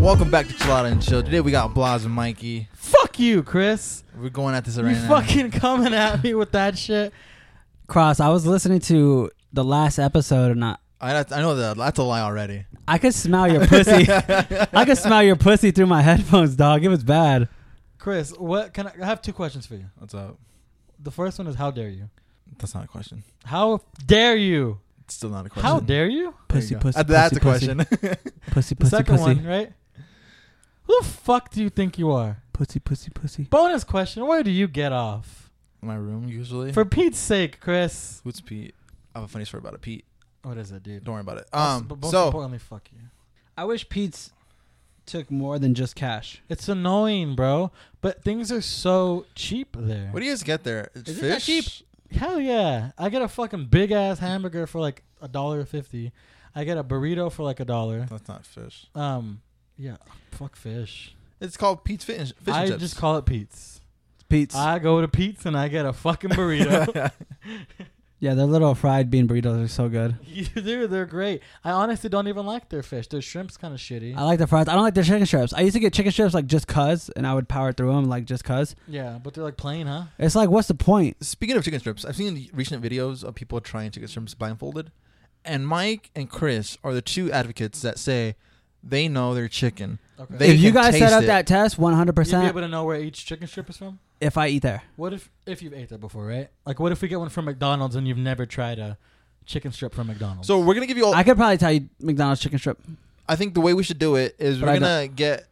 Welcome back to Chilada and Chill. Today we got Blas and Mikey. Fuck you, Chris. We're going at this You right now. fucking coming at me with that shit. Cross, I was listening to the last episode and I, I, I know that that's a lie already. I could smell your pussy. I could smell your pussy through my headphones, dog. It was bad. Chris, what can I, I have two questions for you? What's up? The first one is how dare you? That's not a question. How dare you? It's still not a question. How dare you? There you Pussy, go. pussy, Uh, That's pussy, a question. Pussy, The pussy, second pussy, one, right? Who the fuck do you think you are? pussy, pussy, pussy. Bonus question, where do you get off? My room usually. For Pete's sake, Chris. Who's Pete? I have a funny story about a Pete. What is it, dude? Don't worry about it. Also- Um. but most So importantly, fuck you. I wish Pete's took more than just cash. It's annoying, bro. But things are so cheap there. what do you guys get there? It's Is it that fish. cheap? Hell yeah! I get a fucking big ass hamburger for like a dollar fifty. I get a burrito for like a dollar. That's not fish. Um, yeah, fuck fish. It's called Pete's Fish. fish and I chips. just call it Pete's. Pete's. I go to Pete's and I get a fucking burrito. yeah, their little fried bean burritos are so good. Dude, they're great. I honestly don't even like their fish. Their shrimp's kind of shitty. I like the fries. I don't like the chicken strips. I used to get chicken strips like just cuz, and I would power through them like just cuz. yeah, but they're like plain, huh? It's like, what's the point? Speaking of chicken strips, I've seen recent videos of people trying chicken strips blindfolded, and Mike and Chris are the two advocates that say they know their chicken. Okay. They if you can guys set taste up it. that test, one hundred You'd be percent. able to know where each chicken strip is from. If I eat there, What if if you've ate that before, right? Like, what if we get one from McDonald's and you've never tried a chicken strip from McDonald's? So we're gonna give you all. I I, could probably tell you McDonald's chicken strip. think the way we should do it is But we're I gonna get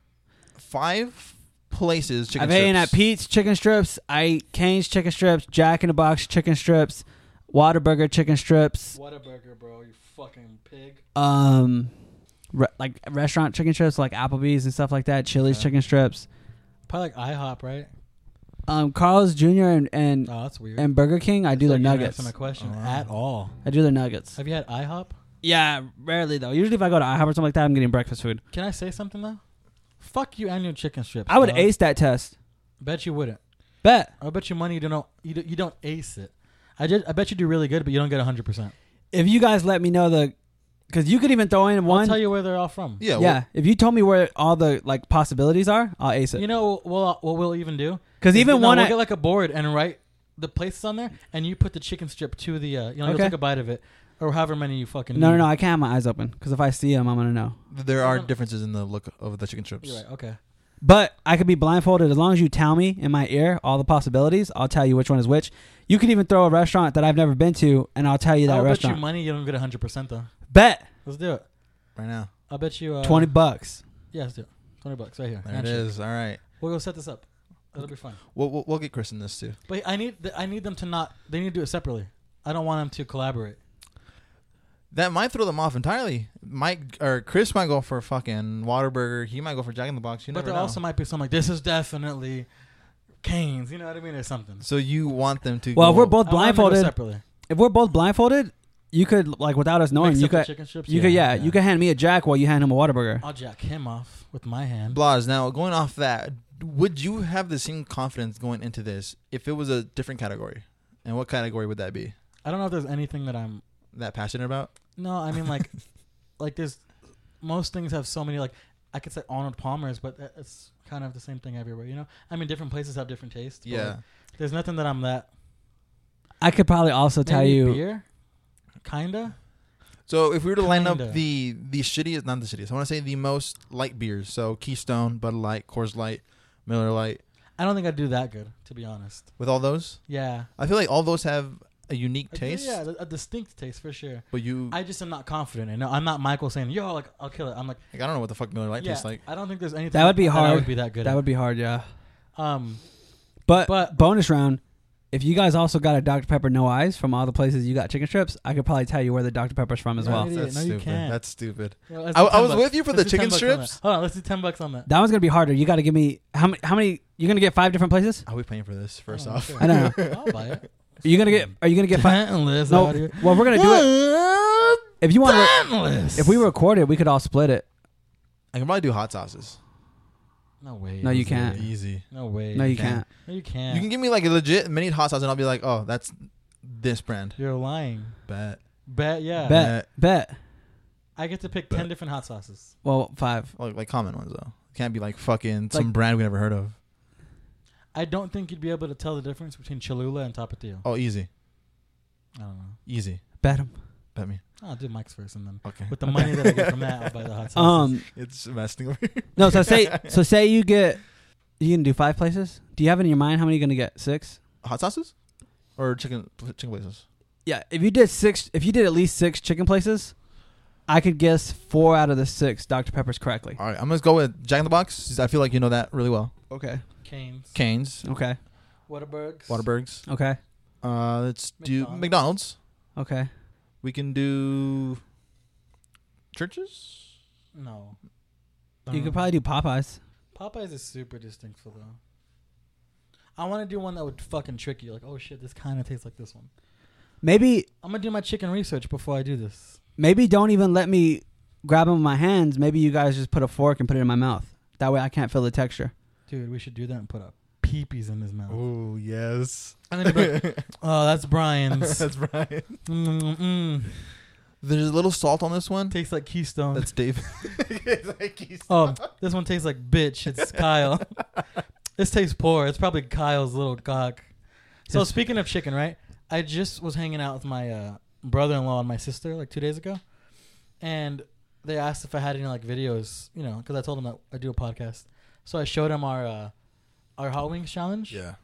five places chicken I've strips. eaten at Pete's chicken strips. I ate Kane's chicken strips. Jack in the Box chicken strips. Whataburger chicken strips. What a burger, bro! You fucking pig. Um, re- like restaurant chicken strips, like Applebee's and stuff like that. Chili's Okay. chicken strips. Probably like IHOP, right? Um, Carl's Jr. and and, Oh, that's weird. and Burger King. I do their Like, you didn't nuggets. Answer my question Oh, wow. at all. I do their nuggets. Have you had IHOP? Yeah, rarely though. Usually, if I go to IHOP or something like that, I'm getting breakfast food. Can I say something though? Fuck you and your chicken strips. I would dog. ace that test. Bet you wouldn't. Bet I bet you money you don't. You, do, you don't ace it. I did. I bet you do really good, but you don't get hundred percent. if you guys let me know the, because you could even throw in one. I'll tell you where they're all from. Yeah. yeah, well, if you told me where all the like possibilities are, I'll ace You it. know what? What we'll even do? Because even no, one, we'll I- get like a board and write the places on there, and you put the chicken strip to the. Uh, you know, you'll Okay. take a bite of it, or however many you fucking. No, need. no, no. I can't have my eyes open because if I see them, I'm gonna know. there are differences in the look of the chicken strips. You're right. Okay. But I could be blindfolded as long as you tell me in my ear all the possibilities. I'll tell you which one is which. You could even throw a restaurant that I've never been to, and I'll tell you that I'll bet you restaurant. money you don't get hundred percent though. Bet Let's do it. Right now. I'll bet you uh, twenty bucks. Yeah, let's do it. Twenty bucks right here. There it Handshake. is. All right. We'll go set this up. It'll be fun. We'll, we'll, we'll get Chris in this too. But I need th- I need them to not. They need to do it separately. I don't want them to collaborate. That might throw them off entirely. Mike or Chris might go for a fucking Waterburger. He might go for Jack in the Box. You but never there know. also might be some like this is definitely Canes. You know what I mean, or something. so you want them to? Well, if go- we're both I want them to go blindfolded, separately. if we're both blindfolded, you could like without us knowing, Mix you up the could, chicken strips. you could, yeah, you could hand me a jack while you hand him a Whataburger. I'll jack him off with my hand. Blas, now going off that, would you have the same confidence going into this if it was a different category? And what category would that be? I don't know if there's anything that I'm. That passionate about? No, I mean like, like there's most things have so many like. I could say Arnold Palmer's, but that- it's kind of the same thing everywhere. You know, I mean different places have different tastes. but, yeah. like, there's nothing that I'm that. I could probably also tell Maybe you. beer, kinda. So if we were to line up Kinda. the the shittiest, not the shittiest, I want to say the most light beers. So Keystone, Bud Light, Coors Light, Miller Light. I don't think I'd do that good, to be honest. With all those, Yeah. I feel like all those have a unique A- taste. Yeah, a, a distinct taste for sure. But you, I just am not confident. And I'm not Michael saying, yo, like, I'll kill it. I'm like, like, I don't know what the fuck Miller Light yeah, tastes like. I don't think there's anything That would be I hard. would be that good. That at. would be hard, yeah. um, But, But- bonus round, if you guys also got a Dr Pepper no eyes from all the places you got chicken strips, I could probably tell you where the Dr Pepper's from as Right. well. Idiot. That's No, you stupid. can't. That's stupid. well, let's I- do 10 I was bucks. with you for Let's the do 10 chicken bucks on that. strips. Hold on, let's do 10 bucks on that. That one's gonna be harder. You got to give me how many? How many? You're gonna get five different places. Are we paying for this? First Oh, off, okay. I know. I'll buy it. Are you gonna get? Are you gonna get? Fi- Pantless no. out here. Well, we're gonna do it. If you want, to, Pantless. if we record it, we could all split it. I can probably do hot sauces. No way. No, you Jose. can't. Easy. No way. No, you can. can't. No, you can't. You can give me like a legit mini hot sauce, and I'll be like, oh, that's this brand. You're lying. Bet. Bet yeah. Bet. Bet. I get to pick Bet. ten different hot sauces. Well, five. Like, like common ones though. Can't be like fucking some brand we never heard of. I don't think you'd be able to tell the difference between Cholula and Tapatio. Oh, easy, I don't know. easy. Bet him. Bet me. I'll do Mike's first, and then Okay. with the money that I get from that, I'll buy the hot sauces. Um. It's messing over. here. No. So say. So say you get. You can do five places. Do you have in your mind how many you're gonna get? Six. hot sauces, or chicken chicken places. Yeah. If you did six, if you did at least six chicken places, I could guess four out of the six Dr. Peppers correctly. All right, I'm gonna go with Jack in the Box. 'cause I feel like you know that really well. Okay. Canes, Canes, Okay. Whataburgs, Waterbergs. Okay. Uh, let's do McDonald's. McDonald's. Okay. We can do churches. No, You Um, could probably do Popeyes. Popeyes is super distinctful though. I want to do one that would fucking trick you, like, oh shit, this kind of tastes like this one. Maybe. I'm gonna do my chicken research before I do this. Maybe don't even let me grab them with my hands. Maybe you guys just put a fork and put it in my mouth. That way I can't feel the texture. Dude, we should do that and put a peepees in his mouth. Oh yes, And then he'd be like, oh, that's Brian's. that's right. Mm-mm-mm. There's a little salt on this one. Tastes like Keystone. That's Dave. oh, this one tastes like bitch. It's Kyle. this tastes poor. It's probably Kyle's little cock. So Yes. speaking of chicken, right? I just was hanging out with my uh, brother-in-law and my sister like two days ago, and they asked if I had any like videos, you know, because I told them that I do a podcast. So I showed them our uh, our hot wings challenge. yeah.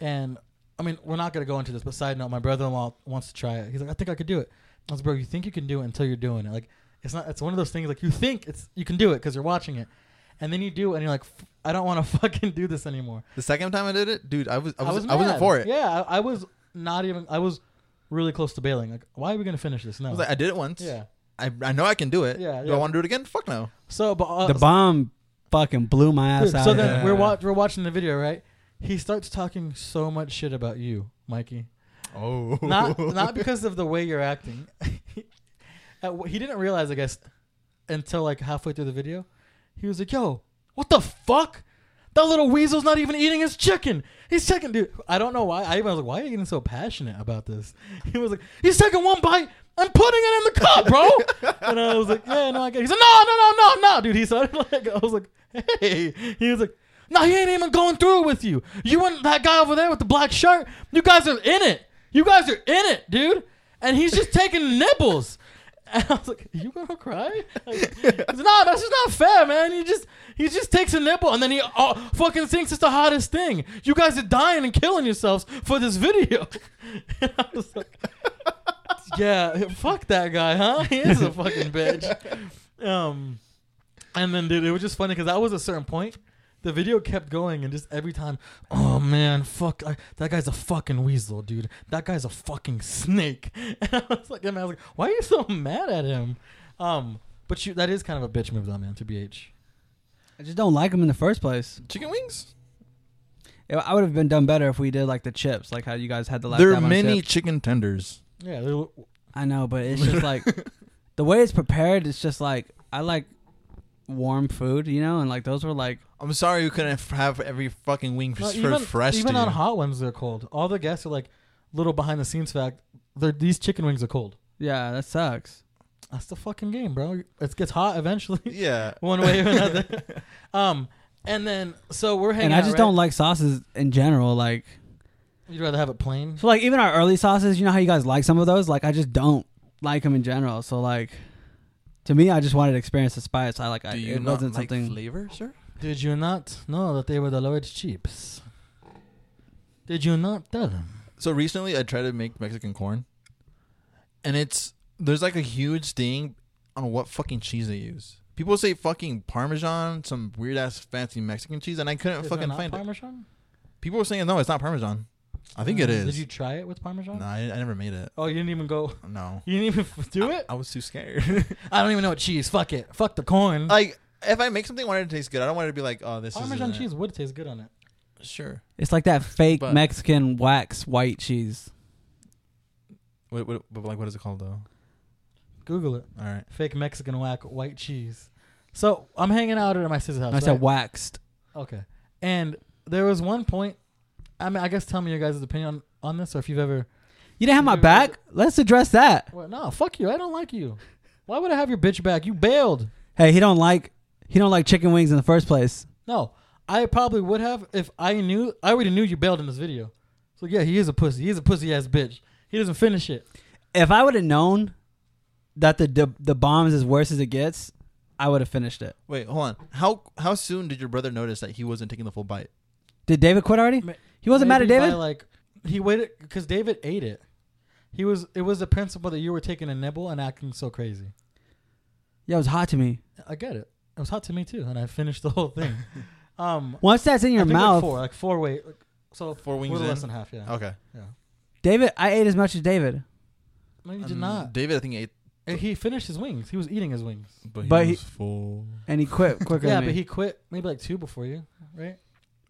And I mean, we're not gonna go into this, but side note, my brother-in-law wants to try it. He's like, I think I could do it. I was, bro, you think you can do it until you're doing it. Like, it's not. It's one of those things. Like, you think it's you can do it because you're watching it, and then you do, it and you're like, "F- I don't want to fucking do this anymore. The second time I did it, dude, I was I, was, I, mad. wasn't for it. Yeah, I, I was not even. I was really close to bailing. Like, why are we gonna finish this? I No. was like, I did it once. yeah. I, I know I can do it. Yeah, Do yeah. I want to do it again? Fuck no. So, but uh, The bomb fucking blew my ass Dude, out. so of then there. we're wa- we're watching the video, right? He starts talking so much shit about you, Mikey. Oh. not not because of the way you're acting. At wh- he didn't realize, I guess, until like halfway through the video. He was like, "Yo, what the fuck? That little weasel's not even eating his chicken. He's taking, dude. I don't know why. I even was like, why are you getting so passionate about this? He was like, he's taking one bite." and putting it in the cup, bro. and I was like, yeah, no, I get. it." He's like, no, no, no, no, no, dude. He started like, I was like, hey. He was like, no, he ain't even going through with you. You and that guy over there with the black shirt, you guys are in it. You guys are in it, dude. And he's just taking nibbles. And I was like, "You gonna cry?" Like, he's like, no, that's just not fair, man. He just he just takes a nipple and then he uh, fucking thinks it's the hottest thing. You guys are dying and killing yourselves for this video. and I was like, "Yeah, fuck that guy, huh? He is a fucking bitch." Um, and then dude, it was just funny because I was at a certain point. The video kept going, and just every time, oh man, fuck, I, that guy's a fucking weasel, dude. That guy's a fucking snake. And I was like, and I was like, why are you so mad at him? Um, but you, that is kind of a bitch move, though, man. To BH, I just don't like them in the first place. Chicken wings? It- I would have been done better if we did like the chips, like how you guys had the last there are time on many chips. chicken tenders. yeah, they're- I know, but it's just like the way it's prepared. It's just like I like warm food, you know, and like those were like I'm sorry you couldn't f- have every fucking wing for, No, for even, fresh. even to on you. hot ones, they're cold. All the guests are like, little behind the scenes fact, they're, these chicken wings are cold. yeah, that sucks. That's the fucking game, bro. It gets hot eventually, Yeah. one way or another. um, and then so we're hanging. and I out, just right? don't like sauces in general. Like You'd rather have it plain. so, like even our early sauces, you know how you guys like some of those. Like I just don't like them in general. So like to me, I just wanted to experience the spice. I like I, Do you it not wasn't like something. flavor, sir? Did you not know that they were the Lord's chips? Did you not tell them? So recently I tried to make Mexican corn. And it's there's like a huge thing on what fucking cheese they use. People say fucking parmesan, some weird ass fancy Mexican cheese, and I Is couldn't there fucking not find it. Parmesan? People were saying no, it's not parmesan. I think it Uh, is. Did you try it with Parmesan? no, I, I never made it. Oh, you didn't even go. No. You didn't even do it. I was too scared. I don't even know what cheese. Fuck it. Fuck the corn. like if I make something, I want it to taste good. I don't want it to be like, oh, this Parmesan is cheese would taste good on it. Sure. It's like that fake But- Mexican wax white cheese. What, what, but like, what is it called though? Google it. All right. Fake Mexican whack white cheese. So I'm hanging out at my sister's house. I said right? waxed. Okay. And there was one point. I mean, I guess tell me your guys' opinion on, on this, or if you've ever. You didn't have my back. Let's address that. Well, no, fuck you. I don't like you. Why would I have your bitch back? You bailed. Hey, he don't like he don't like chicken wings in the first place. No, I probably would have if I knew. I already knew you bailed in this video. So yeah, he is a pussy. He is a pussy ass bitch. He doesn't finish it. If I would have known that the, the the bombs as worse as it gets, I would have finished it. Wait, hold on. How how soon did your brother notice that he wasn't taking the full bite? Did David quit already? Ma- He wasn't mad at Maybe by, David. Like he waited because David ate it. He was. It was the principle that you were taking a nibble and acting so crazy. yeah, it was hot to me. I get it. It was hot to me too, and I finished the whole thing. um, Once that's in I your think like mouth, four, like four weight. Like, so Four wings a little in? less than half. Yeah. Okay. David, I ate as much as David. No, you did Um, not. David, I think ate, And he finished his wings. He was eating his wings. but he But he- was full. And he quit quicker yeah, than but me. he quit maybe like two before you, right?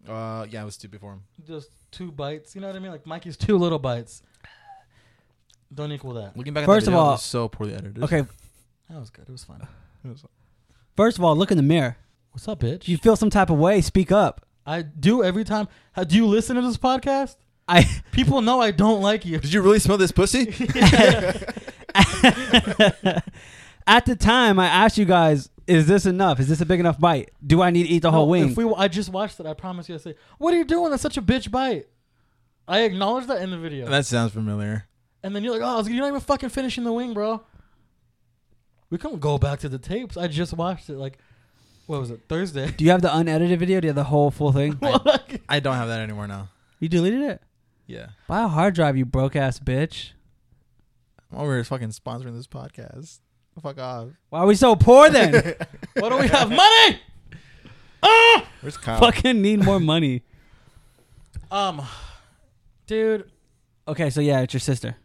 Uh, yeah, I was two before him. Just two bites. You know what I mean? Like Mikey's two little bites. Don't equal that. Looking back, First at that video, of it all- was so poorly edited. okay, That was good. It was fun. first of all, look in the mirror. What's up, bitch? If you feel some type of way, speak up. I do every time. How, do you listen to this podcast? I People know I don't like you. Did you really smell this pussy? at the time I asked you guys, is this enough? Is this a big enough bite? Do I need to eat the whole No, wing? If we, I just watched it. I promise you. I say, what are you doing? That's such a bitch bite. I acknowledge that in the video, that sounds familiar. and then you're like, oh, I was- you're not even fucking finishing the wing, bro. We can go back to the tapes. I just watched it. Like, what was it? Thursday. Do you have the unedited video? Do you have the whole full thing? Like, I don't have that anymore now. You deleted it? Yeah. Buy a hard drive, you broke ass bitch. I'm over here fucking sponsoring this podcast. Fuck off. Why are we so poor then? why don't we have money? Ah! Where's Kyle? Fucking need more money. Um, dude, Okay, so yeah, it's your sister.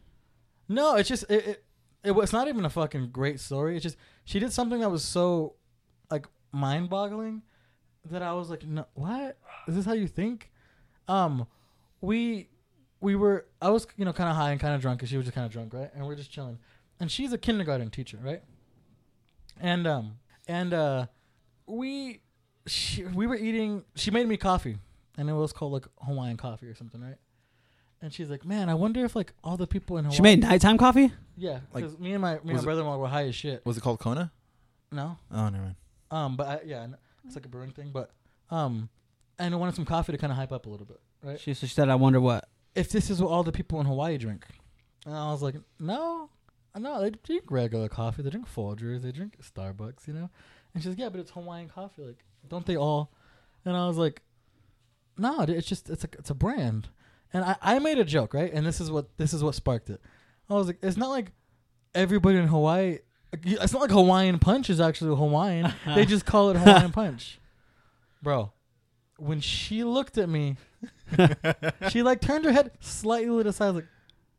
No, it's just it, it, it was not even a fucking great story. It's just she did something that was so like mind boggling that I was like, no, what is this? How you think? Um, we we were I was you know kind of high and kind of drunk because she was just kind of drunk, right? And we are just chilling, and she's a kindergarten teacher, right? And um and uh we she, we were eating. She made me coffee, and it was called like Hawaiian coffee or something, right? And she's like, "Man, I wonder if like all the people in Hawaii." She made nighttime coffee? Yeah, Like, because me and my me and was my it- brother-in-law were high as shit. Was it called Kona? No, Oh, never mind. um, but I, yeah, I kn- it's like a brewing thing. But um, and I wanted some coffee to kind of hype up a little bit, right? She, so she said, I wonder what. If this is what all the people in Hawaii drink, and I was like, no, no, they drink regular coffee. They drink Folgers. They drink Starbucks. You know, and she's like, yeah, but it's Hawaiian coffee. Like, don't they all? And I was like, no, dude, it's just it's a it's a brand. And I, I made a joke, right? And this is what this is what sparked it. I was like, it's not like everybody in Hawaii. like, you- It's not like Hawaiian Punch is actually Hawaiian. they just call it Hawaiian Punch, bro. When she looked at me, she like turned her head slightly to the side, like,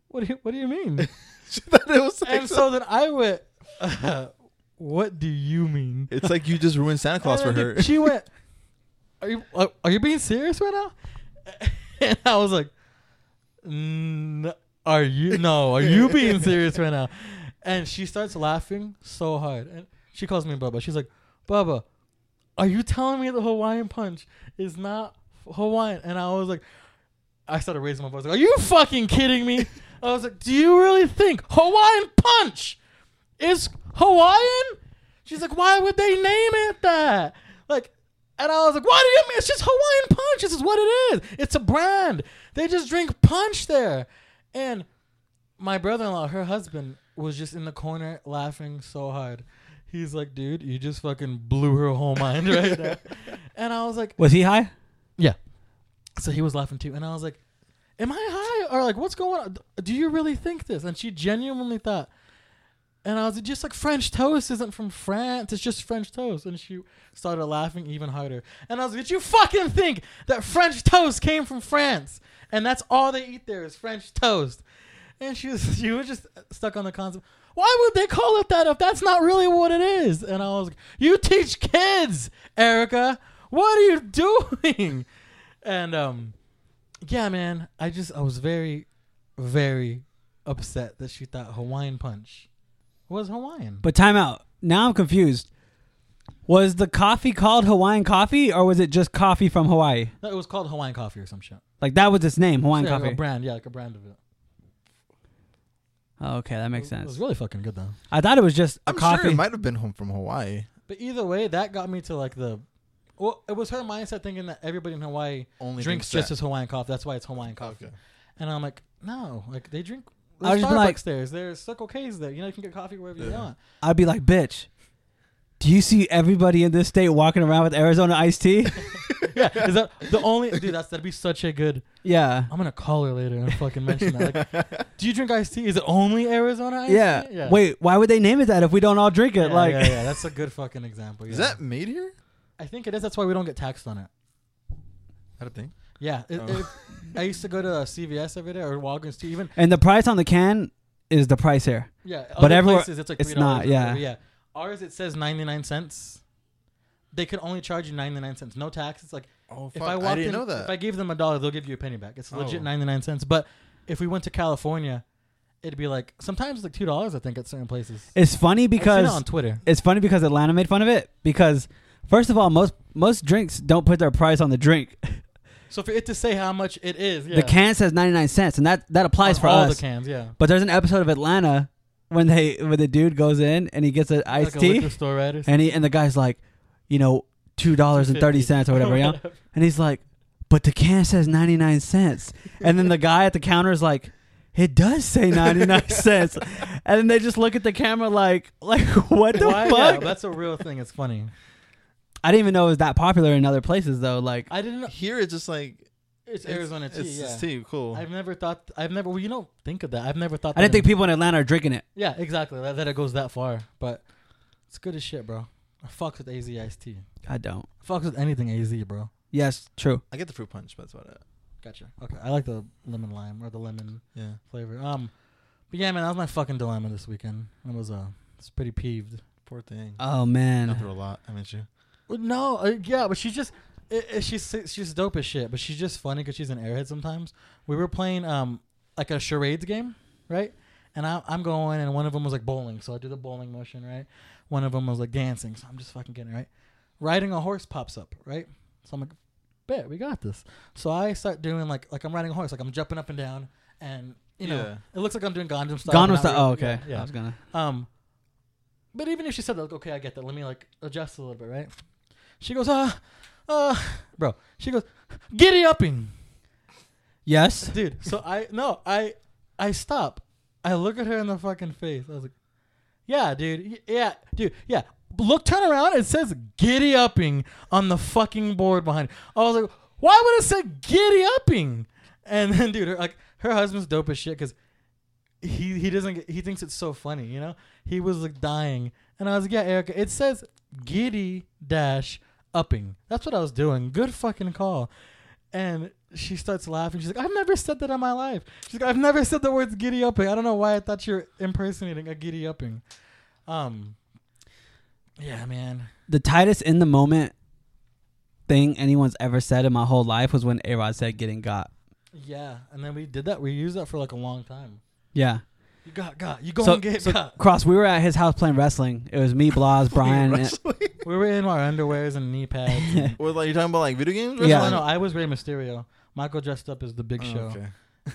what do you what do you mean? She thought it was like and so then I went, what do you mean? It's like you just ruined Santa Claus for And her. then She went, "Are you are, are you being serious right now?" And I was like, "N- "Are you no? Are you being serious right now?" And she starts laughing so hard, and she calls me Bubba. She's like, "Bubba, are you telling me the Hawaiian punch is not Hawaiian?" And I was like, I started raising my voice. Like, are you fucking kidding me? I was like, "Do you really think Hawaiian punch is Hawaiian?" She's like, why would they name it that? Like, and I was like, why do you mean? It's just Hawaiian Punch. This is what it is. It's a brand. They just drink punch there. And my brother in law, her husband, was just in the corner laughing so hard. He's like, dude, you just fucking blew her whole mind right now. And I was like, Was he high? yeah. So he was laughing too, and I was like, "Am I high or like what's going on? Do you really think this?" And she genuinely thought. And I was just like, "French toast isn't from France. It's just French toast." And she started laughing even harder. And I was like, "Did you fucking think that French toast came from France? And that's all they eat there is French toast." And she was she was just stuck on the concept. Why would they call it that if that's not really what it is? And I was like, "You teach kids, Erica. What are you doing?" And um, yeah, man, I just I was very, very upset that she thought Hawaiian punch was Hawaiian. But time out. Now I'm confused. Was the coffee called Hawaiian coffee or was it just coffee from Hawaii? No, it was called Hawaiian coffee or some shit. Like that was its name, Hawaiian Yeah, like coffee. A brand, yeah, like a brand of it. Oh, okay, that makes It was sense. really fucking good though. I thought it was just a I'm coffee. sure it might have been home from Hawaii. But either way, that got me to like the. Well, it was her mindset thinking that everybody in Hawaii Only drinks drinks just as Hawaiian coffee. That's why it's Hawaiian coffee. Okay. And I'm like, no, like they drink. I was There's just Starbucks like- there's there's Circle K's there. You know, you can get coffee wherever you Yeah. want. I'd be like, bitch, do you see everybody in this state walking around with Arizona iced tea? yeah, is that the only dude? That's that'd be such a good. yeah. I'm gonna call her later and fucking mention that. Like, do you drink iced tea? Is it only Arizona iced yeah. tea? Wait, why would they name it that if we don't all drink it? Yeah, like, yeah, yeah, that's a good fucking example. Is yeah. that made here? I think it is. That's why we don't get taxed on it. I don't think. Yeah, it, Oh. it- I used to go to uh, CVS every day or Walgreens too. Even and the price on the can is the price here. yeah, But other everywhere- places it's like it's $3 not, or yeah. whatever, yeah. Ours it says ninety nine cents. They could only charge you ninety nine cents, no tax. It's like Oh, if fuck. I I, walked didn't in, know if that. I gave them a dollar, they'll give you a penny back. It's legit Oh. ninety nine cents. But if we went to California, it'd be like sometimes like two dollars. I think at certain places It's I've funny seen it because on Twitter. it's funny because Atlanta made fun of it because first of all, most most drinks don't put their price on the drink. So for it to say how much it is, yeah. The can says 99 cents and that that applies on for all us. the cans, yeah. But there's an episode of Atlanta when they when the dude goes in and he gets an like iced a tea liquor store, right? or and he and the guy's like, you know, two dollars and thirty cents or whatever, yeah. And he's like, but the can says 99 cents. And then the guy at the counter is like, it does say 99 cents. And then they just look at the camera like, like what the Why? Yeah, fuck? that's a real thing. It's funny. I didn't even know it was that popular in other places though. Like, I didn't. Here it's just like It's, Arizona tea. It's yeah. it's tea. Cool. I've never thought. I've never. Well, you don't think of that. I've never thought. that I didn't think in- people in Atlanta are drinking it. yeah, exactly. That, that it goes that far, but it's good as shit, bro. I fucks with AZ iced tea. I don't. I fucks with anything AZ, bro. Yes, true. I get the fruit punch, but that's about it. Gotcha. Okay, I like the lemon lime or the lemon Yeah. flavor. Um, but yeah, man, that was my fucking dilemma this weekend. I was uh, it's pretty peeved. Poor thing. Oh Been man. through a lot, haven't you? Well, No, uh, yeah, but she's just it, it, she's she's dope as shit. But she's just funny because she's an airhead. Sometimes we were playing um like a charades game, right? And I, I'm going, and one of them was like bowling, so I do the bowling motion, right? One of them was like dancing, so I'm just fucking getting it, right. Riding a horse pops up, right? So I'm like, bet we got this. So I start doing like like I'm riding a horse, like I'm jumping up and down, and you know Yeah. it looks like I'm doing Gundam style. Gone but was not the oh really. okay. Yeah, I yeah. was gonna. Um, but even if she said, like, okay, I get that. Let me like adjust a little bit, right? She goes, uh, uh, bro. She goes, giddy upping, Yes. dude. So I no, I, I stop. I look at her in the fucking face. I was like, yeah, dude, y- yeah, dude, yeah. Look, turn around. It says giddy upping on the fucking board behind. You. I was like, why would it say giddy upping? And then, dude, her, like her husband's dope as shit because he he doesn't get, he thinks it's so funny, you know. He was like dying, and I was like, yeah, Erica, it says giddy dash upping. That's what I was doing. Good fucking call. And she starts laughing. She's like, I've never said that in my life. She's like, I've never said the words giddy upping. I don't know why I thought you're impersonating a giddy upping. Um. Yeah, man. The tightest in the moment thing anyone's ever said in my whole life was when A Rod said getting got. Yeah, and then we did that. We used that for like a long time. Yeah. You got got. You go So- and get so got. Cross, we were at his house playing wrestling. It was me, Blas, Brian. and- We were in our underwears and knee pads. and- Oh, Well, like you're talking about like video games? Yeah. No, no, I was Rey Mysterio. Michael dressed up as the Big Oh, Show. okay.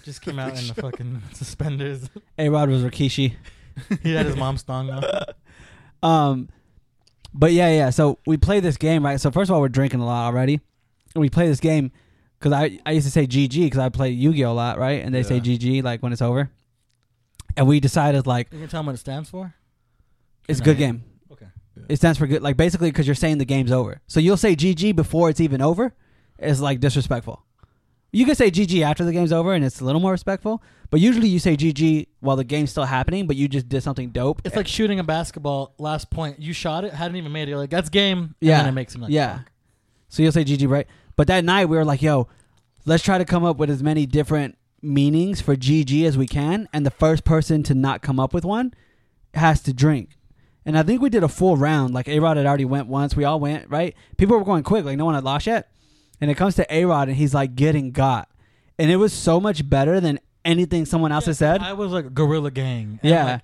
Just came out in the fucking suspenders. A Rod was Rikishi. he had his mom's thong on. Um, but yeah, yeah. So we play this game, right? So first of all, we're drinking a lot already, and we play this game because I I used to say GG because I play Yu Gi Oh a lot, right? And they say Yeah. GG like when it's over, and we decided like You can tell him what it stands for? it's a Can good I- game. Okay. It stands for good, like basically because you're saying the game's over. So you'll say GG before it's even over. It's like disrespectful. You can say GG after the game's over, and it's a little more respectful. But usually you say GG while the game's still happening, but you just did something dope. It's like shooting a basketball last point. You shot it, hadn't even made it. You're like, that's game. And Yeah. then it makes him like, yeah. So you'll say GG, right? But that night we were like, yo, let's try to come up with as many different meanings for GG as we can. And the first person to not come up with one has to drink. And I think we did a full round. Like A Rod had already went once. We all went, right? People were going quick. Like no one had lost yet. And it comes to A Rod and he's like getting got. And it was so much better than anything someone else has said. I was like gorilla gang. And, yeah. like,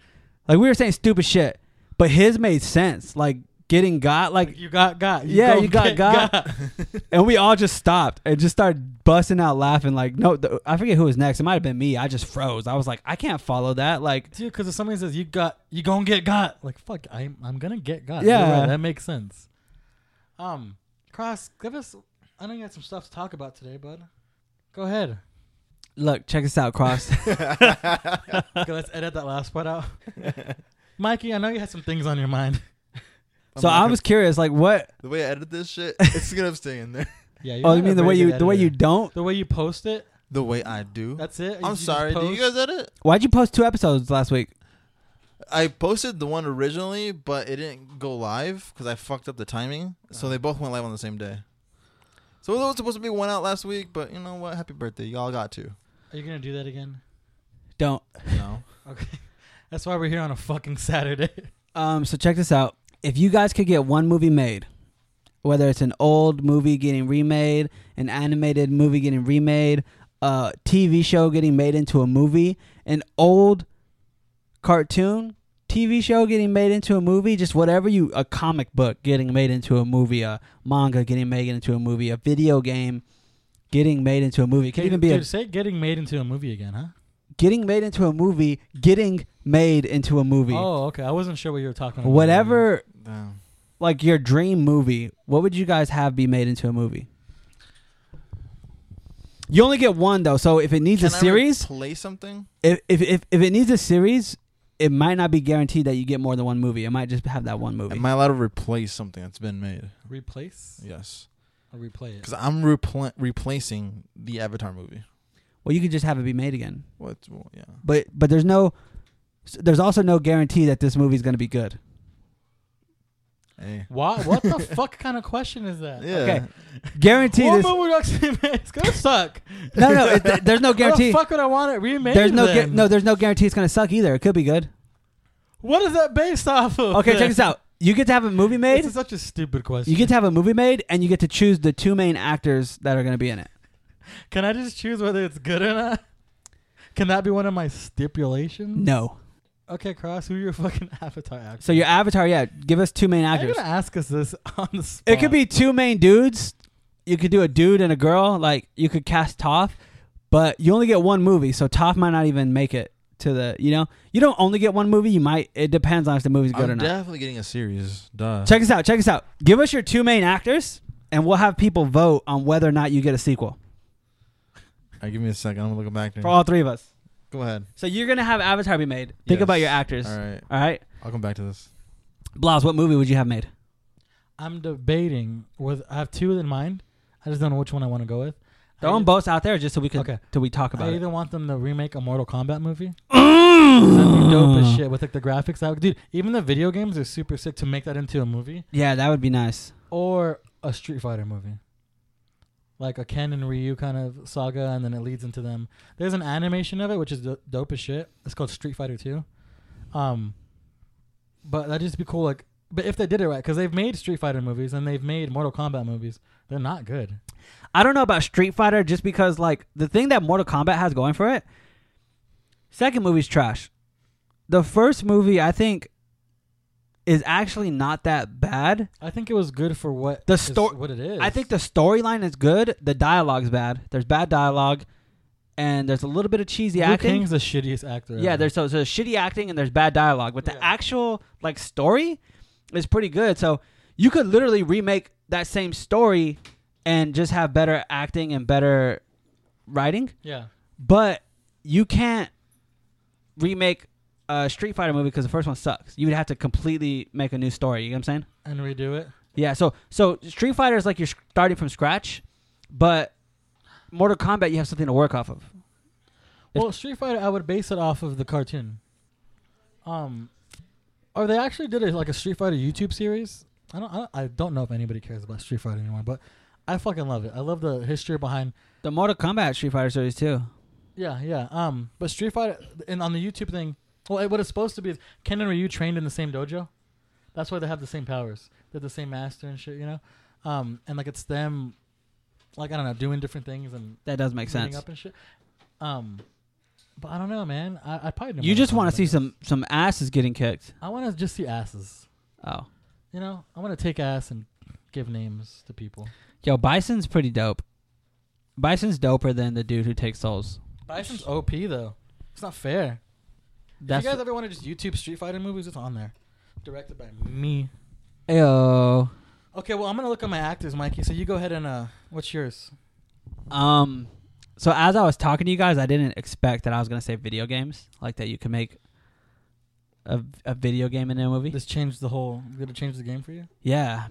like we were saying stupid shit, but his made sense. Like getting got, like you got got. Yeah, go you get got got. and we all just stopped and just started busting out laughing. Like, no, th- I forget who was next. It might have been me. I just froze. I was like, I can't follow that. Like, Dude, because if somebody says you got, you gonna get got. Like fuck, I'm I'm gonna get got. Yeah. You're right, that makes sense. Um, Cross, give us. I know you got some stuff to talk about today, bud. Go ahead. look, check this out, Cross. Okay, let's edit that last part out. Mikey, I know you had some things on your mind. so I was curious, like, what? the way I edit this shit, it's gonna stay in there. Yeah. oh, not you a mean the very way you good the way you editor. don't? the way you post it. The way I do. That's it. I'm You just sorry. Do you post? guys edit? Why'd you post two episodes last week? I posted the one originally, but it didn't go live because I fucked up the timing. So Oh. they both went live on the same day. So there was supposed to be one out last week, but you know what? Happy birthday, y'all got to. Are you gonna do that again? Don't. No, That's why we're here on a fucking Saturday. Um, so check this out. If you guys could get one movie made, whether it's an old movie getting remade, an animated movie getting remade, a TV show getting made into a movie, an old cartoon, TV show getting made into a movie, just whatever you, a comic book getting made into a movie, a manga getting made into a movie, a video game getting made into a movie. It could Dude, even be dude, a, say getting made into a movie again, huh? getting made into a movie, getting made into a movie. Oh, okay. I wasn't sure what you were talking about. Whatever damn. like your dream movie, what would you guys have be made into a movie? You only get one though, so if it needs a Can I series, replace something. if, if if if it needs a series, it might not be guaranteed that you get more than one movie. It might just have that one movie. Am I allowed to replace something that's been made? Replace Yes, or replay it. because I'm repl- replacing the Avatar movie. well, you could just have it be made again. What? Well, yeah. But but there's no there's also no guarantee that this movie's going to be good. Hey. What? What the fuck kind of question is that? Yeah. Okay. Guarantee One this. movie would actually make- it's gonna suck. No, no, it, th- there's no How guarantee. the fuck would I want it remade? There's no gu- then? no there's no guarantee it's going to suck either. It could be good. What is that based off of? Okay, check this out. You get to have a movie made. This is such a stupid question. You get to have a movie made, and you get to choose the two main actors that are going to be in it. Can I just choose whether it's good or not? Can that be one of my stipulations? No. Okay, Cross, who your fucking avatar actor? So your avatar, yeah, give us two main Are you actors. gonna ask us this on the spot? Uh, It could be two main dudes. You could do a dude and a girl. Like you could cast Toph, but you only get one movie, so Toph might not even make it to the. You know, you don't only get one movie. You might. It depends on if the movie's good or I'm not. definitely getting a series. Duh. check us out. Check us out. Give us your two main actors, and we'll have people vote on whether or not you get a sequel Alright, give me a second. I'm gonna look back there. for all three of us. Go ahead. So you're gonna have Avatar be made. Think Yes. about your actors. All right. All right, I'll come back to this. Blas. What movie would you have made? I'm debating with. I have two in mind. I just don't know which one I want to go with. I Throwing eith- both out there just so we could Okay. till we talk about I it. either want them to remake a Mortal Kombat movie. That'd be dope as Mm. shit with like the graphics out. Dude, even the video games are super sick to make that into a movie Yeah, that would be nice. or a Street Fighter movie. Like a Ken and Ryu kind of saga, and then it leads into them. There's an animation of it, which is do- dope as shit. It's called Street Fighter 2. Um, but that'd just be cool. Like, but if they did it right, because they've made Street Fighter movies and they've made Mortal Kombat movies, they're not good. I don't know about Street Fighter just because like the thing that Mortal Kombat has going for it. Second movie's trash. The first movie I think is actually not that bad. I think it was good for what The is- sto- what it is. I think the storyline is good. The dialogue's bad. There's bad dialogue, and there's a little bit of cheesy Liu acting. King's the shittiest actor. Yeah, ever. there's so, so shitty acting and there's bad dialogue, but the Yeah. actual like story is pretty good. So you could literally remake that same story and just have better acting and better writing, yeah. but you can't remake a Street Fighter movie because the first one sucks. You would have to completely make a new story. You know what I'm saying? and redo it. Yeah. So so Street Fighter is like you're starting from scratch, but Mortal Kombat you have something to work off of. If- Well, Street Fighter, I would base it off of the cartoon. Um, or they actually did a, like a Street Fighter YouTube series. I don't, I don't, I don't know if anybody cares about Street Fighter anymore, but I fucking love it. I love the history behind. The Mortal Kombat Street Fighter series too. Yeah, yeah. Um, but Street Fighter and on the YouTube thing, well, it, what it's supposed to be is Ken and Ryu trained in the same dojo. That's why they have the same powers. They're the same master and shit, you know. Um, and like it's them, like I don't know, doing different things and That does make meeting sense. Up and shit. Um, But I don't know, man. I, I probably don't You mind just want Domino's. to see some some asses getting kicked. I want to just see asses. Oh, You know, I want to take ass and give names to people. yo, Bison's pretty dope. Bison's doper than the dude who takes souls. Bison's OP though. It's not fair. That's if you guys ever want to just YouTube Street Fighter movies, it's on there. Directed by me. yo. Okay, well I'm gonna look at my actors, Mikey. So you go ahead and uh, what's yours? Um, so as I was talking to you guys, I didn't expect that I was gonna say video games like that. You can make a, a video game in a movie. This changed the whole. Did it change the game for you? yeah,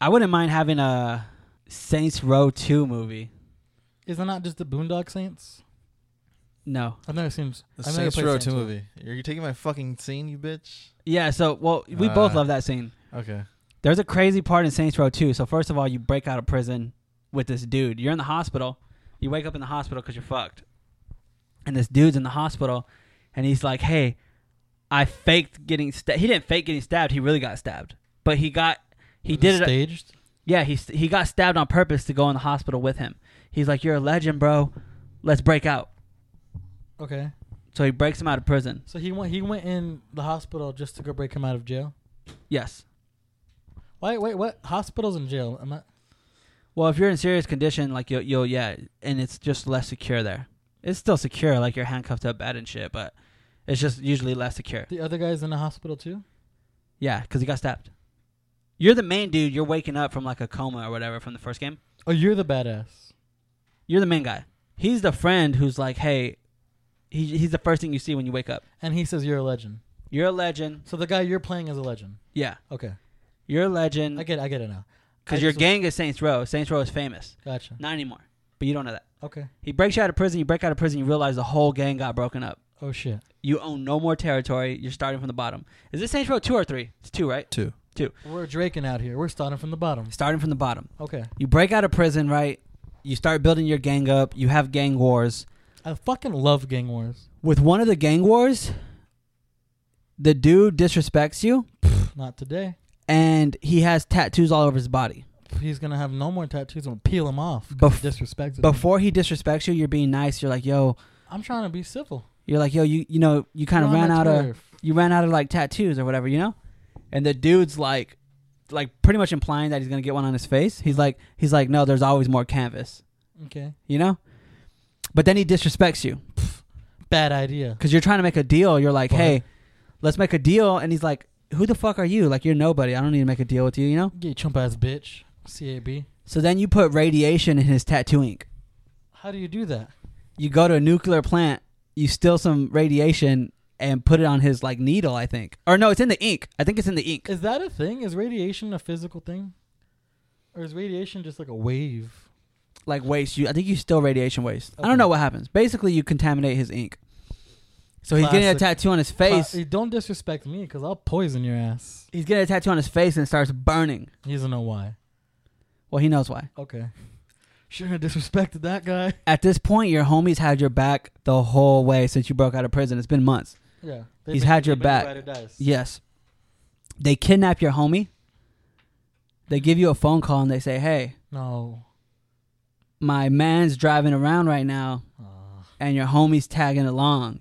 I wouldn't mind having a Saints Row Two movie. Is it not just the Boondock Saints? No. I've never seen. The I've never Saints played Row Saints Two movie. You're you taking my fucking scene, you bitch. Yeah. So well, we both Uh. love that scene. Okay. There's a crazy part in Saints Row 2. So first of all, you break out of prison with this dude. You're in the hospital. You wake up in the hospital because you're fucked. And this dude's in the hospital, and he's like, "Hey, I faked getting stabbed. He didn't fake getting stabbed. He really got stabbed. But he got, he Was did it. staged. Yeah, he st- he got stabbed on purpose to go in the hospital with him. He's like, "You're a legend, bro. Let's break out." Okay, So he breaks him out of prison. so he went. He went in the hospital just to go break him out of jail. Yes. Wait, wait, what? Hospitals and jail. Am I? Well, if you're in serious condition, like you'll, you'll yeah, and it's just less secure there. It's still secure, like you're handcuffed up bad and shit, but it's just usually less secure. The other guy's in the hospital too. Yeah, because he got stabbed. You're the main dude. You're waking up from like a coma or whatever from the first game. Oh, you're the badass. You're the main guy. He's the friend who's like, hey, he, he's the first thing you see when you wake up. And he says you're a legend. You're a legend. So the guy you're playing is a legend. Yeah, Okay, you're a I legend get, I get it now. because I your just- gang is Saints Row. Saints Row is famous. Gotcha. Not anymore, but you don't know that. Okay. He breaks you out of prison. You break out of prison. You realize the whole gang got broken up. Oh shit. You own no more territory. You're starting from the bottom. Is this Saints Row two or three? It's two, right? Two. We're draking out here. We're starting from the bottom. Starting from the bottom. Okay. You break out of prison, right? You start building your gang up. You have gang wars. I fucking love gang wars. With one of the gang wars, the dude disrespects you, Not today. and he has tattoos all over his body. He's gonna have no more tattoos. I'm gonna peel him off. 'cause Bef- he disrespected. me. Before he disrespects you, you're being nice. You're like, yo, I'm trying to be civil. you're like, yo, you you know, you kind of You're on ran my out of turf. you ran out of like tattoos or whatever, you know? And the dude's like like pretty much implying that he's gonna get one on his face. He's like he's like, No, there's always more canvas, Okay. you know? But then he disrespects you Bad idea. because you're trying to make a deal. You're like, But- hey, let's make a deal. And he's like, who the fuck are you? Like, you're nobody. I don't need to make a deal with you, you know? Get chump ass bitch. C A B. So then you put radiation in his tattoo ink. How do you do that? You go to a nuclear plant, you steal some radiation and put it on his like needle, I think. Or no, it's in the ink. I think it's in the ink. Is that a thing? Is radiation a physical thing? Or is radiation just like a wave? like waste. You, I think you still radiation waste. I Okay. don't know what happens. Basically, you contaminate his ink. So he's getting a Classic. tattoo on his face. Cla- Uh, don't disrespect me, cause I'll poison your ass. He's getting a tattoo on his face and it starts burning. He doesn't know why. Well, he knows why. Okay. Shouldn't have disrespected that guy. At this point, your homies had your back the whole way since you broke out of prison. It's been months. Yeah. He's had your back. Yes. They kidnap your homie. They give you a phone call and they say, "Hey, No. my man's driving around right now, Aw. and your homie's tagging along.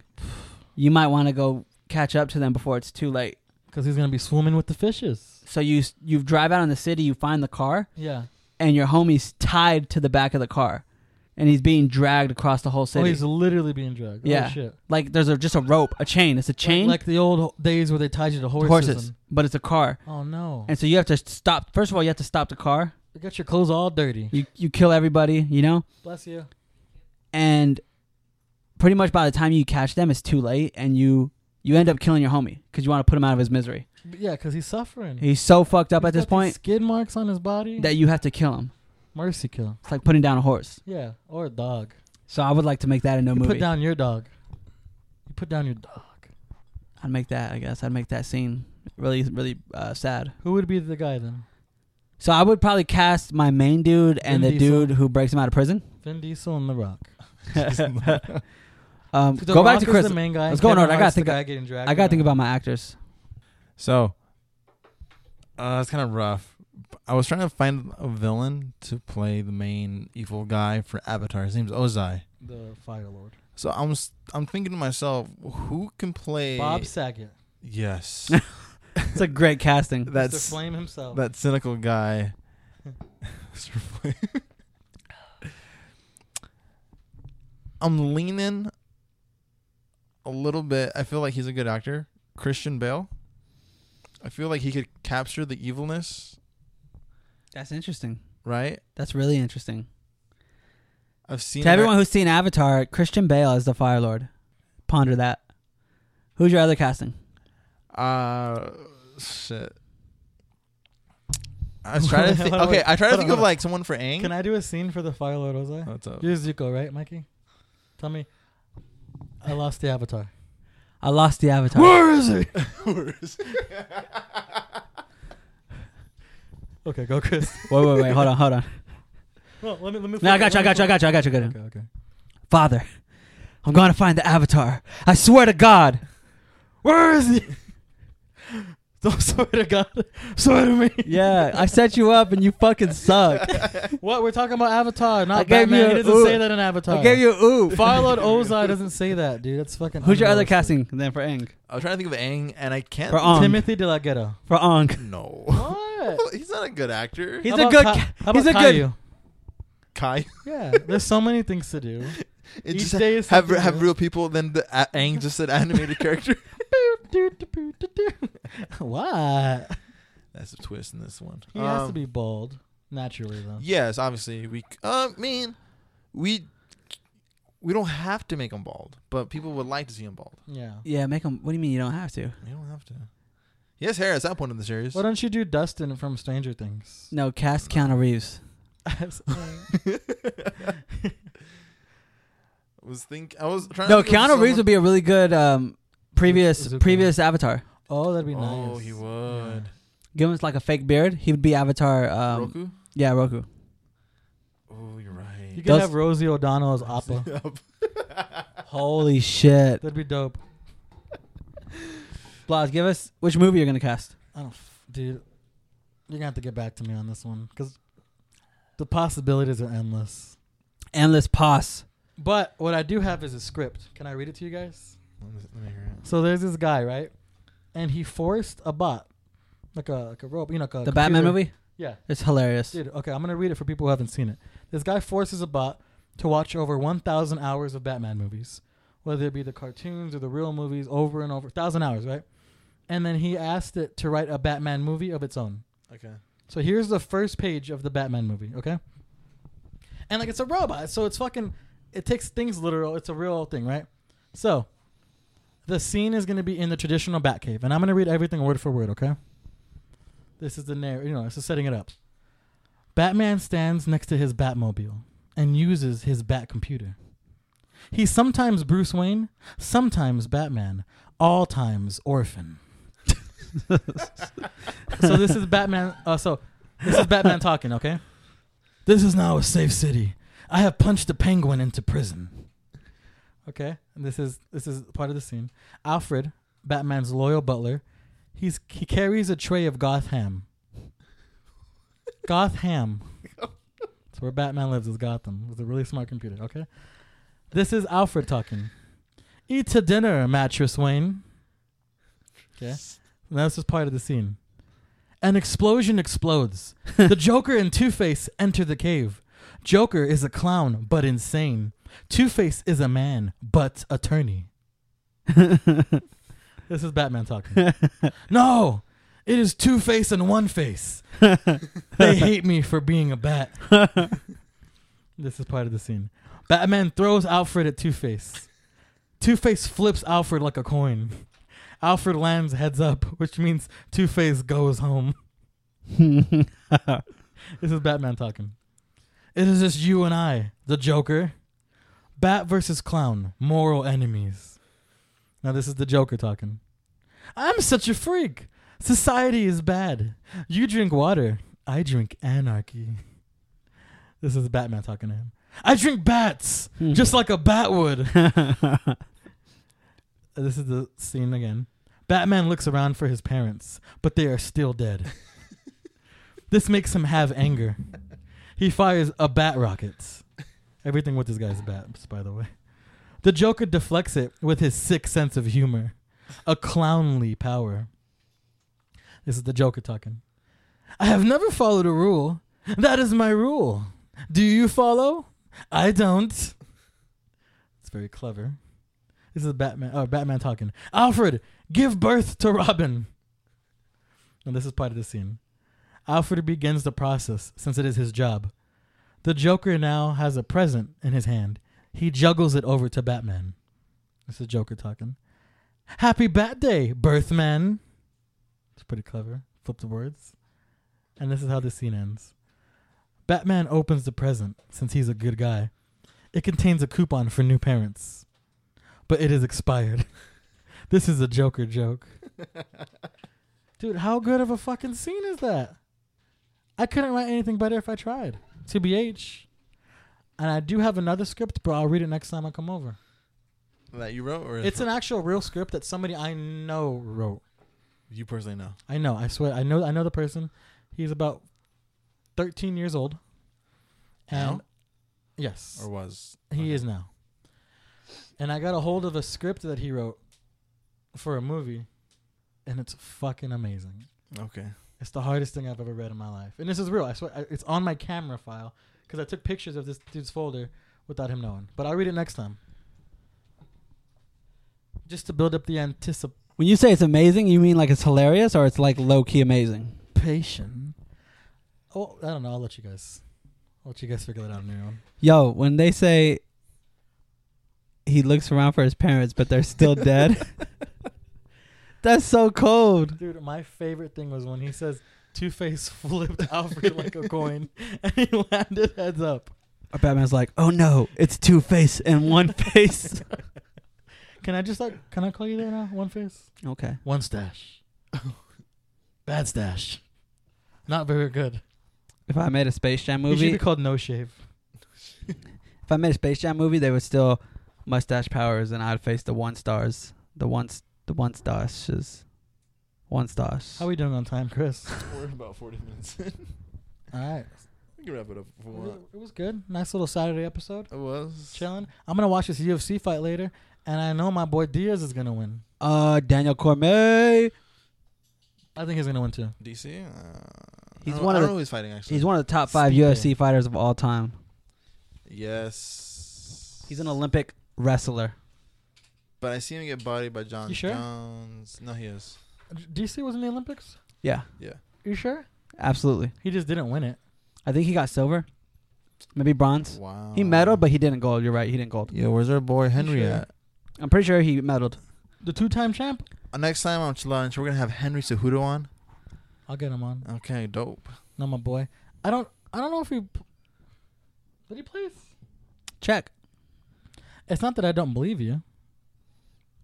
You might want to go catch up to them before it's too late." Cause he's gonna be swimming with the fishes. Oh, So you you drive out in the city, you find the car, Yeah. and your homie's tied to the back of the car, and he's being dragged across the whole Oh, city. he's literally being drugged. Yeah. Oh, shit. like there's a, just a rope, a chain. It's a chain, Like, like the old ho- days where they tied you to horses. horses, and- but it's a car. oh no. And so you have to stop. First of all, you have to stop the car. you got your clothes all dirty. You you kill everybody, you know, Bless you. and pretty much by the time you catch them, it's too late, and you you end up killing your homie because you want to put him out of his misery. But yeah, cause he's suffering. He's so fucked up He's at this got these point Skid marks on his body. that you have to kill him. Mercy kill. It's like putting down a horse. Yeah. Or a dog. So I would like to make that into a You movie. put down your dog. You put down your dog. I'd make that. I guess I'd make that scene really, really uh, sad. Who would be the guy then? So I would probably cast my main dude and Vin the Diesel. dude who breaks him out of prison. Vin Diesel and The Rock. Um, The go back Rock to is Chris. The main guy. Let's go in Kevin order. I gotta Hart's the think- Guy getting dragged I gotta think around. about my actors. So, uh, it's kind of rough. I was trying to find a villain to play the main evil guy for Avatar. His name's Ozai. the Fire Lord. So I'm s- I'm thinking to myself, who can play Bob Saget, Yes, It's a great casting. Mr. that's Flame himself. that cynical guy. Mr. Flame. I'm leaning a little bit. I feel like he's a good actor, Christian Bale. I feel like he could capture the evilness, That's interesting. right? That's really interesting. I've seen to him act- everyone who's seen Avatar, Christian Bale is the Fire Lord. Ponder that. Who's your other casting? Uh, shit. I was trying to think. Hold on, Okay, wait. I try to Hold think on, of hold on. like someone for Aang. Can I do a scene for the Fire Lord Ozai? Uh, What's up? You're Zuko, right, Mikey? Tell me, I lost the avatar. I lost the Avatar. is he? okay, go, Chris. wait, wait, wait. Hold on, hold on. Well, let me, let me No, I got you. I got you. I got you. I got you. Good. Father, I'm going to find the Avatar. I swear to God. Where is he? Don't swear to God. Swear to me. Yeah, I set you up and you fucking suck. What? We're talking about Avatar, not I gave Batman. you he a- doesn't ooh. say that in Avatar. I gave you ooh. Fire Lord Ozai doesn't say that, dude. That's fucking. Who's your other unrealistic. casting then for Aang? I was trying to think of Aang, and I can't. For Aang. Timothy De La Ghetto. For Aang. No. What? He's not a good actor. He's How a about good. Ka- ca- How about he's a good. Caillou? Kai. Yeah, there's so many things to do. It Each just day is have something have new. real people. Then the a- Aang just an animated character. what? That's a twist in this one. He has to Um, be bald naturally, though. Yes, obviously we. c- Uh, mean, we we don't have to make him bald, but people would like to see him bald. Yeah. Yeah, make him. What do you mean you don't have to? You don't have to. He has hair at that point in the series. Why don't you do Dustin from Stranger Things? No, cast Keanu Reeves. was think I was trying. No, to think of Keanu Reeves would be a really good um, previous Zuko. previous Avatar. oh, that'd be someone- nice. Oh, he would. Give him like a fake beard. He would be Avatar. Um, Roku. Yeah, Roku. Oh, you're You right. could Dust- have Rosie O'Donnell as Appa. Holy shit! That'd be dope. Blas, give us which movie you're gonna cast. I don't, f- dude. You're gonna have to get back to me on this one because the possibilities are endless. Endless Pos. But what I do have is a script. Can I read it to you guys? Let me- let me hear it. So there's this guy, right? And he forced a bot, like a like a rope, you know, like a The Batman computer- movie. Yeah, It's hilarious. dude. Okay, I'm gonna read it for people who haven't seen it. This guy forces a bot to watch over 1,000 hours of Batman movies, whether it be the cartoons or the real movies, over and over, thousand hours, right? And then he asked it to write a Batman movie of its own. Okay. So here's the first page of the Batman movie, okay? And like it's a robot, so it's fucking it takes things literal. It's a real thing, right? So the scene is going to be in the traditional Batcave, and I'm going to read everything word for word, okay? This is the narr you know, this is setting it up. Batman stands next to his Batmobile and uses his Bat computer. He's sometimes Bruce Wayne, sometimes Batman, all times orphan. so this is Batman. Uh, so this is Batman talking. Okay. This is now a safe city. I have punched a penguin into prison. Okay, and this is this is part of the scene. Alfred, Batman's loyal butler, he's he carries a tray of goth ham. Goth ham. That's where Batman lives is Gotham with a really smart computer. Okay, this is Alfred talking. Eat to dinner, mattress Wayne. Okay, and that's just part of the scene. An explosion explodes. the Joker and Two Face enter the cave. Joker is a clown, but insane. Two Face is a man, but attorney. This is Batman talking. no! It is Two Face and One Face. they hate me for being a bat. this is part of the scene. Batman throws Alfred at Two Face. Two Face flips Alfred like a coin. Alfred lands heads up, which means Two Face goes home. This is Batman talking. It is just you and I, the Joker. Bat versus clown, moral enemies. Now this is the Joker talking. I'm such a freak. Society is bad. You drink water. I drink anarchy. This is Batman talking to him. I drink bats, just like a bat would. This is the scene again. Batman looks around for his parents, but they are still dead. this makes him have anger. He fires a bat rocket. Everything with this guy's bats, by the way. The Joker deflects it with his sick sense of humor, a clownly power. This is the Joker talking. I have never followed a rule. That is my rule. Do you follow? I don't. It's very clever. This is Batman. Oh, Batman talking. Alfred, give birth to Robin. And this is part of the scene. Alfred begins the process since it is his job. The Joker now has a present in his hand. He juggles it over to Batman. This is Joker talking. Happy Bat Day, Birthman. It's pretty clever. Flip the words. And this is how the scene ends. Batman opens the present since he's a good guy. It contains a coupon for new parents, but it is expired. this is a Joker joke. Dude, how good of a fucking scene is that? I couldn't write anything better if I tried. TBH. And I do have another script, but I'll read it next time I come over. that you wrote, or It's an actual real script that somebody I know wrote. you personally know. I know, I swear, I know I know the person. He's about thirteen years old. And Now? yes. or was He Okay. is now. And I got a hold of a script that he wrote for a movie, and it's fucking amazing. okay. It's the hardest thing I've ever read in my life, and this is real. I swear, I- it's on my camera file because I took pictures of this dude's folder without him knowing. But I'll read it next time, just to build up the anticipation. When you say it's amazing, you mean like it's hilarious or it's like low key amazing? Oh, I don't know. I'll let you guys. I'll let you guys figure that out on your own. Yo, when they say he looks around for his parents, but they're still dead, that's so cold. Dude, my favorite thing was when he says Two Face flipped Alfred like a coin and he landed heads up. Batman's like, oh no, it's two face and one face. Can I just like can I call you that now? One face? okay. One stash. Bad stash. Not very good. If I made a Space Jam You should movie, be called No Shave. if I made a Space Jam movie, they would still mustache powers, and I'd face the one stars, the one, the one stashes, one stars. How we doing on time, Chris? We're about forty minutes. All right. we can wrap it up if we want. It was good. Nice little Saturday episode. It was Chilling. I'm gonna watch this UFC fight later, and I know my boy Diaz is gonna win. Uh, Daniel Cormier. I think he's gonna win too. DC. Uh, He's I don't, one of I the- don't know who he's fighting actually. He's one of the top five Stipe. UFC fighters of all time. yes. He's an Olympic wrestler. But I see him get bodied by John You sure? Jones. No, he is. DC was in the Olympics. Yeah, Yeah. You sure? absolutely. He just didn't win it. I think he got silver, maybe bronze. Wow. He medaled, but he didn't gold. You're right. He didn't gold. yeah, where's our boy Henry sure? at? I'm pretty sure he medaled. The two-time champ. Uh, Next time on lunch, we're gonna have Henry Cejudo on. I'll get him on. Okay, dope. Not my boy. I don't. I don't know if he. p- Did he play? Check. It's not that I don't believe you.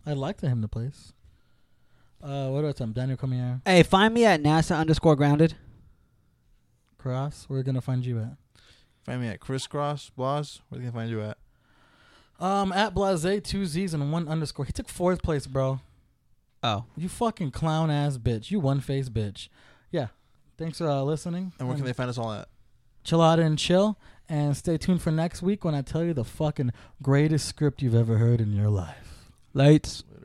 I'd like to him to place. Uh, what about time? Daniel Cormier, Hey, find me at NASA underscore grounded. Cross. We're gonna find you at. Find me at Crisscross Blaz. Where can I find you at? Um, at Blase, two Z's and one underscore. He took fourth place, bro. Oh, You fucking clown ass bitch. You one face bitch. Yeah. Thanks for uh, listening. And where can they find us all at? chill out and chill? And stay tuned for next week when I tell you the fucking greatest script you've ever heard in your life. lights. Later.